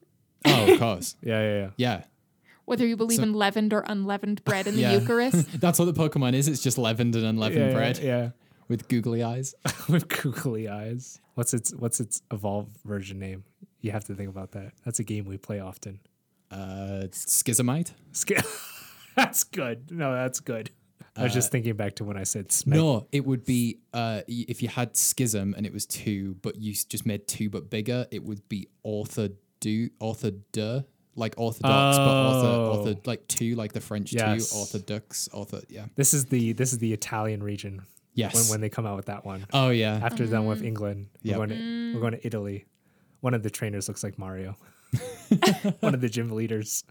C: oh, of course.
D: Yeah, yeah, yeah.
C: Yeah.
B: whether you believe in leavened or unleavened bread in the
C: Yeah.
B: Eucharist.
C: That's what the Pokemon is. It's just leavened and unleavened
D: Yeah,
C: bread
D: Yeah.
C: with googly eyes.
D: With googly eyes. What's its what's its evolved version name? You have to think about that. That's a game we play often.
C: Uh, Schizomite?
D: Sk- that's good. No, that's good. I was just thinking back to when I said smack.
C: Uh, No, it would be uh, y- if you had Schism and it was two, but you s- just made two but bigger, it would be Ortho do Ortho de like orthodox,
D: Oh.
C: but ortho, ortho like two, like the French
D: Yes.
C: two, orthodox, ortho, yeah,
D: This is the this is the Italian region.
C: yes.
D: When when they come out with that one.
C: oh yeah,
D: After they're done with England,
C: Yep.
D: we're, going to, we're going to Italy. One of the trainers looks like Mario. one of the gym leaders.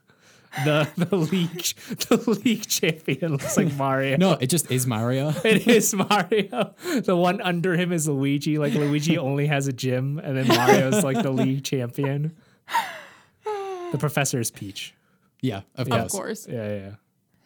D: The the league the league champion looks like Mario.
C: no, it just is Mario.
D: It is Mario. The one under him is Luigi. Like Luigi only has a gym, and then Mario's like the league champion. The professor is Peach.
C: yeah, of
B: Of
C: course.
B: course.
D: Yeah, yeah.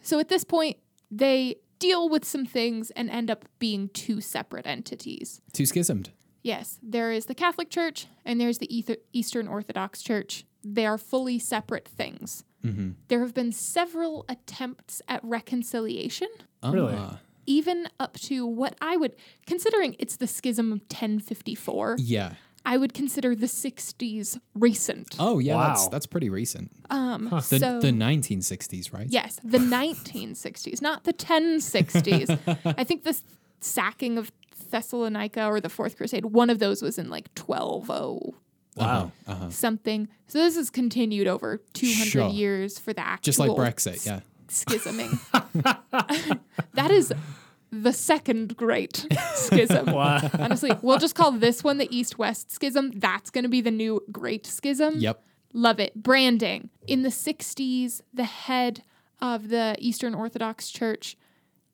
B: So at this point, they deal with some things and end up being two separate entities.
C: Two schismed.
B: Yes, there is the Catholic Church and there's the Ether- Eastern Orthodox Church. They are fully separate things.
C: Mm-hmm.
B: There have been several attempts at reconciliation,
D: Really?
C: Ah.
B: even up to what I would, considering it's the Schism of 1054,
C: yeah.
B: I would consider the 60s recent.
C: Oh yeah, that's
D: Wow.
C: that's pretty recent.
B: Um,
C: The
B: so,
C: the 1960s, right?
B: Yes, the 1960s, not the 1060s. I think this sacking of Thessalonica or the Fourth Crusade, one of those was in like 120
C: Wow. Uh-huh. uh-huh.
B: something. So this has continued over 200
C: Sure.
B: years for the actual
C: Just like Brexit. Yeah.
B: schisming. that is the second great schism. Honestly, we'll just call this one the East West schism. That's going to be the new great schism.
C: Yep.
B: Love it. Branding. In the 60s, the head of the Eastern Orthodox Church,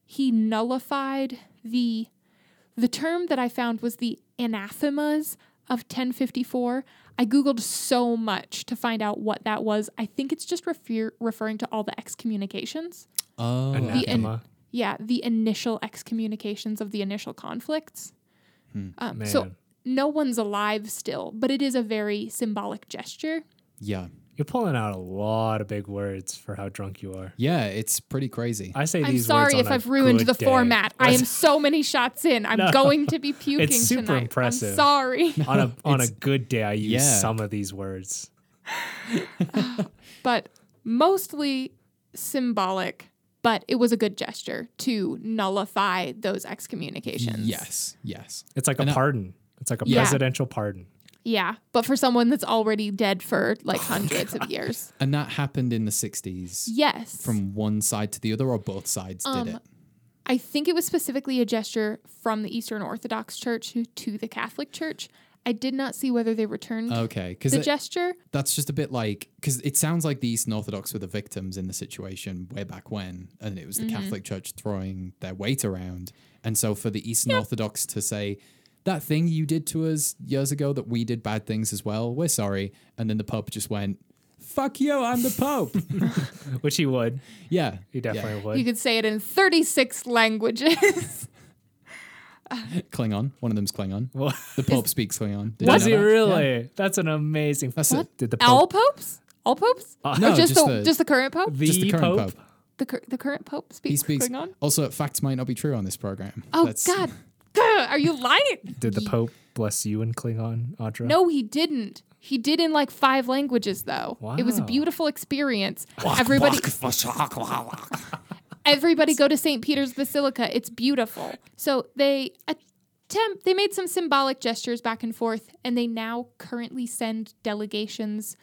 B: he nullified the the term that I found was the anathemas of 1054. I googled so much to find out what that was. I think it's just refer- referring to all the excommunications.
C: Oh.
D: Anathema.
B: Yeah, the initial excommunications of the initial conflicts. Um, so
D: Man.
B: no one's alive still, but it is a very symbolic gesture.
C: yeah.
D: You're pulling out a lot of big words for how drunk you are.
C: Yeah. It's pretty crazy.
D: I say
B: I'm
D: these words
B: sorry
D: on
B: if
D: a
B: I've ruined
D: good
B: the
D: day.
B: format. I am so many shots in. I'm going to be puking
D: super
B: tonight.
D: impressive.
B: I'm sorry.
D: on a on a good day. I use
C: Yeah.
D: some of these words.
B: but mostly symbolic. But it was a good gesture to nullify those excommunications.
C: yes. Yes.
D: It's like a
C: And I-
D: pardon. It's like a
B: Yeah.
D: presidential pardon.
B: Yeah. But for someone that's already dead for like hundreds of years.
C: And that happened in the 60s
B: Yes. Um,
C: from one side to the other, or both sides did it.
B: I think it was specifically a gesture from the Eastern Orthodox Church to the Catholic Church. I did not see whether they returned
C: Okay. Because
B: the gesture.
C: that's just a bit like, because it sounds like the Eastern Orthodox were the victims in the situation way back when, and it was the
B: Mm-hmm.
C: Catholic Church throwing their weight around. And so for the Eastern Orthodox to say, that thing you did to us years ago that we did bad things as well, we're sorry. And then the Pope just went, fuck you, I'm the Pope.
D: Which he would.
C: yeah.
D: He definitely would.
B: You could say it in 36 languages.
C: Klingon. One of them's Klingon.
D: Well,
C: The Pope speaks Klingon. Did you
D: was
C: know
D: he
C: that?
D: really? That's an amazing.
C: That's
D: What?
C: it.
D: Did the
B: All
D: Pope?
B: popes? All popes?
C: no,
B: or just,
C: just
B: the,
C: the-
B: just the current pope?
D: The,
C: Just the current
D: Pope?
C: Pope.
B: the, cur- the current pope speaks,
C: He speaks.
B: Klingon?
C: Also, facts might not be true on this program.
B: Oh
C: That's-
B: God, Gah, are you lying?
D: Did the Pope bless you in Klingon, Audra?
B: No, he didn't. He did in like five languages though. It was a
D: Wow.
B: beautiful experience. Everybody,
D: Oh,
B: everybody go to St. Peter's Basilica. It's beautiful. So they attempt. They made some symbolic gestures back and forth, and they now currently send delegations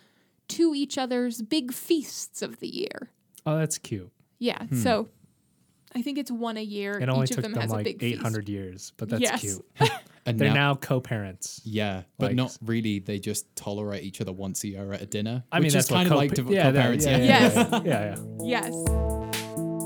B: to each other's big feasts of the year.
D: Oh, that's cute.
B: Yeah. So. I think it's one a year.
D: Hmm. It only
B: each
D: took
B: of
D: them,
B: them, has a
D: like
B: big feast.
D: 800 years, but that's
B: Yes.
D: cute.
C: And
D: They're
C: now-
D: now co-parents.
C: Yeah, but
D: Like-
C: not really. They just tolerate each other once a year at a dinner.
D: I mean,
C: which
D: that's
C: is kind
D: what
C: of like
D: co-
C: div-
D: yeah, that-
C: co-parents.
D: yeah,
C: yeah.
D: yeah,
B: Yes.
D: yeah, yeah, yeah.
B: Yes.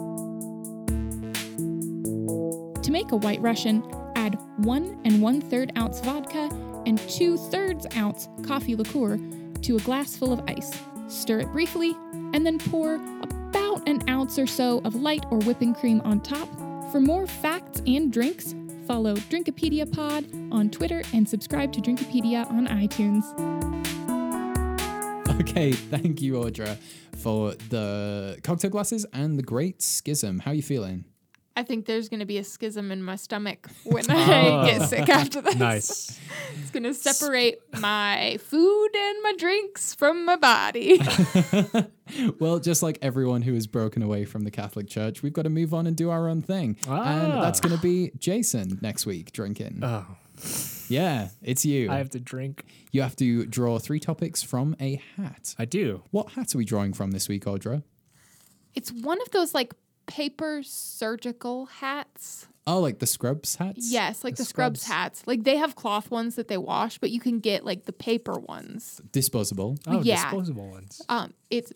B: To make a white Russian, add one and one third ounce vodka and two thirds ounce coffee liqueur to a glass full of ice. Stir it briefly, and then pour about an ounce or so of light or whipping cream on top. For more facts and drinks, follow Drinkopedia Pod on Twitter and subscribe to Drinkopedia on iTunes.
C: Okay, thank you, Audra, for the cocktail glasses and the great schism. How are you feeling?
B: I think there's going to be a schism in my stomach when I get sick after this.
D: Nice.
B: It's going to separate my food and my drinks from my body.
C: Well, just like everyone who has broken away from the Catholic Church, we've got to move on and do our own thing. And that's going to be Jason next week drinking.
D: Ah. Oh,
C: Yeah, it's you.
D: I have to drink.
C: you have to draw three topics from a hat.
D: I do.
C: What hat are we drawing from this week, Audra?
B: it's one of those like paper surgical hats.
C: Oh, like the scrubs hats?
B: Yes, like the, scrubs.
C: scrubs.
B: hats. Like they have cloth ones that they wash, but you can get like the paper ones.
C: Disposable.
D: Oh,
B: Yeah.
D: disposable ones.
B: Um, it's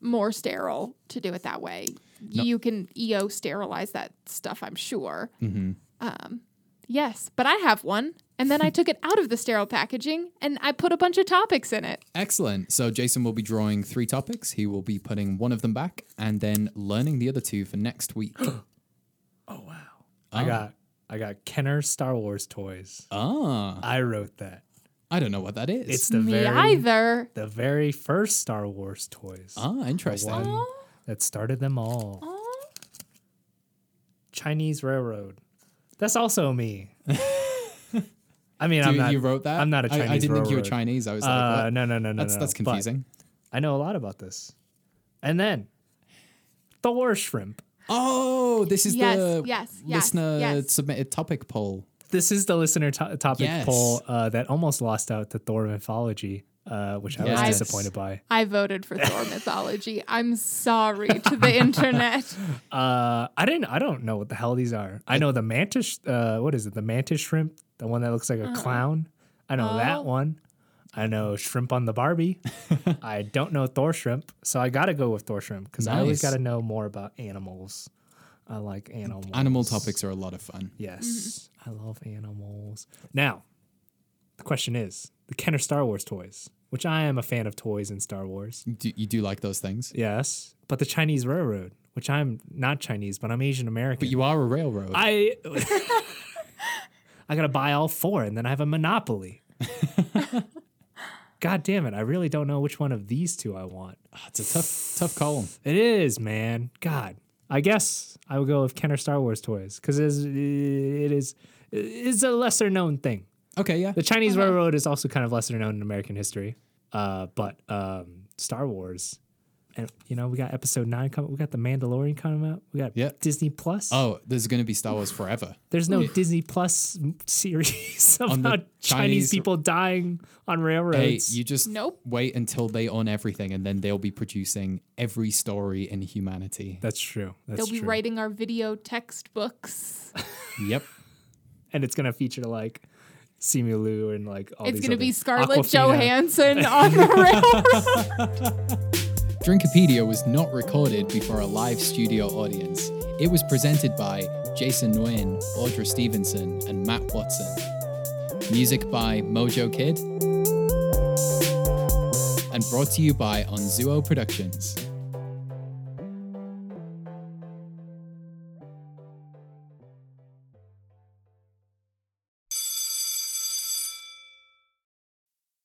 B: more sterile to do it that way. You can EO sterilize that stuff, I'm sure. Um,
D: Mm-hmm.
B: yes, but I have one. And then I took it out of the sterile packaging and I put a bunch of topics in it.
C: Excellent. So Jason will be drawing three topics. He will be putting one of them back and then learning the other two for next week. Uh-huh.
D: I got I got Kenner Star Wars toys.
C: ah,
D: I wrote that.
C: I don't know what that is.
D: It's the
B: Me
D: very
B: either.
D: the very first Star Wars toys
C: ah, interesting.
D: One. that started them all. Chinese Railroad. That's also me. I mean,
C: Do
D: I'm
C: you,
D: not.
C: you wrote that?
D: I'm not a
C: I-
D: Chinese.
C: I, didn't think you were
D: railroad.
C: Chinese. I was like,
D: Uh,
C: what?
D: no, no, no, no.
C: that's
D: no,
C: that's
D: but
C: confusing.
D: I know a lot about this. And then Thor shrimp.
C: Oh, this is
B: Yes,
C: the
B: yes, yes,
C: listener
B: yes.
C: submitted topic poll.
D: This is the listener to- topic
C: Yes.
D: poll uh, that almost lost out to Thor mythology, uh, which I
C: Yes.
D: was disappointed by.
B: I voted for Thor mythology. I'm sorry to the internet.
D: Uh, I didn't. I don't know what the hell these are. I know the mantis. Uh, what is it? The mantis shrimp, the one that looks like a clown. I know
B: Oh.
D: that one. I know shrimp on the Barbie. I don't know Thor shrimp, so I gotta go with Thor shrimp because I always
C: Nice.
D: gotta know more about animals. I like animals.
C: Animal topics are a lot of fun.
D: Yes, I love animals. Now, the question is the Kenner Star Wars toys, which I am a fan of toys in Star Wars.
C: Do, you do like those things?
D: Yes, but the Chinese Railroad, which I'm not Chinese, but I'm Asian American.
C: But you are a railroad.
D: I I gotta buy all four and then I have a monopoly. God damn it, I really don't know which one of these two I want.
C: Oh, it's a tough, tough call.
D: It is, man. God. I guess I would go with Kenner Star Wars toys because it is, it is it's a lesser known thing.
C: Okay, yeah.
D: The Chinese
B: Uh-huh.
D: Railroad is also kind of lesser known in American history, uh, but um, Star Wars, and you know we got Episode Nine coming, we got The Mandalorian coming out, we got
C: Yeah.
D: Disney Plus.
C: Oh, there's going to be Star Wars forever.
D: There's no Disney Plus m- series about
C: On the
D: Chinese,
C: Chinese-
D: people dying on
C: Hey,
D: railroads.
C: you just
B: Nope.
C: wait until they own everything, and then they'll be producing every story in humanity.
D: That's true. That's
B: They'll be
D: true.
B: writing our video textbooks.
C: yep.
D: And it's gonna feature like Simu Liu and like all
B: It's
D: these
B: going to
D: other-
B: be Scarlett
D: Aquafina.
B: Johansson on the railroad.
C: Drinkopedia was not recorded before a live studio audience. It was presented by Jason Nguyen, Audra Stevenson, and Matt Watson. Music by Mojo Kid. And brought to you by Onzuo Productions.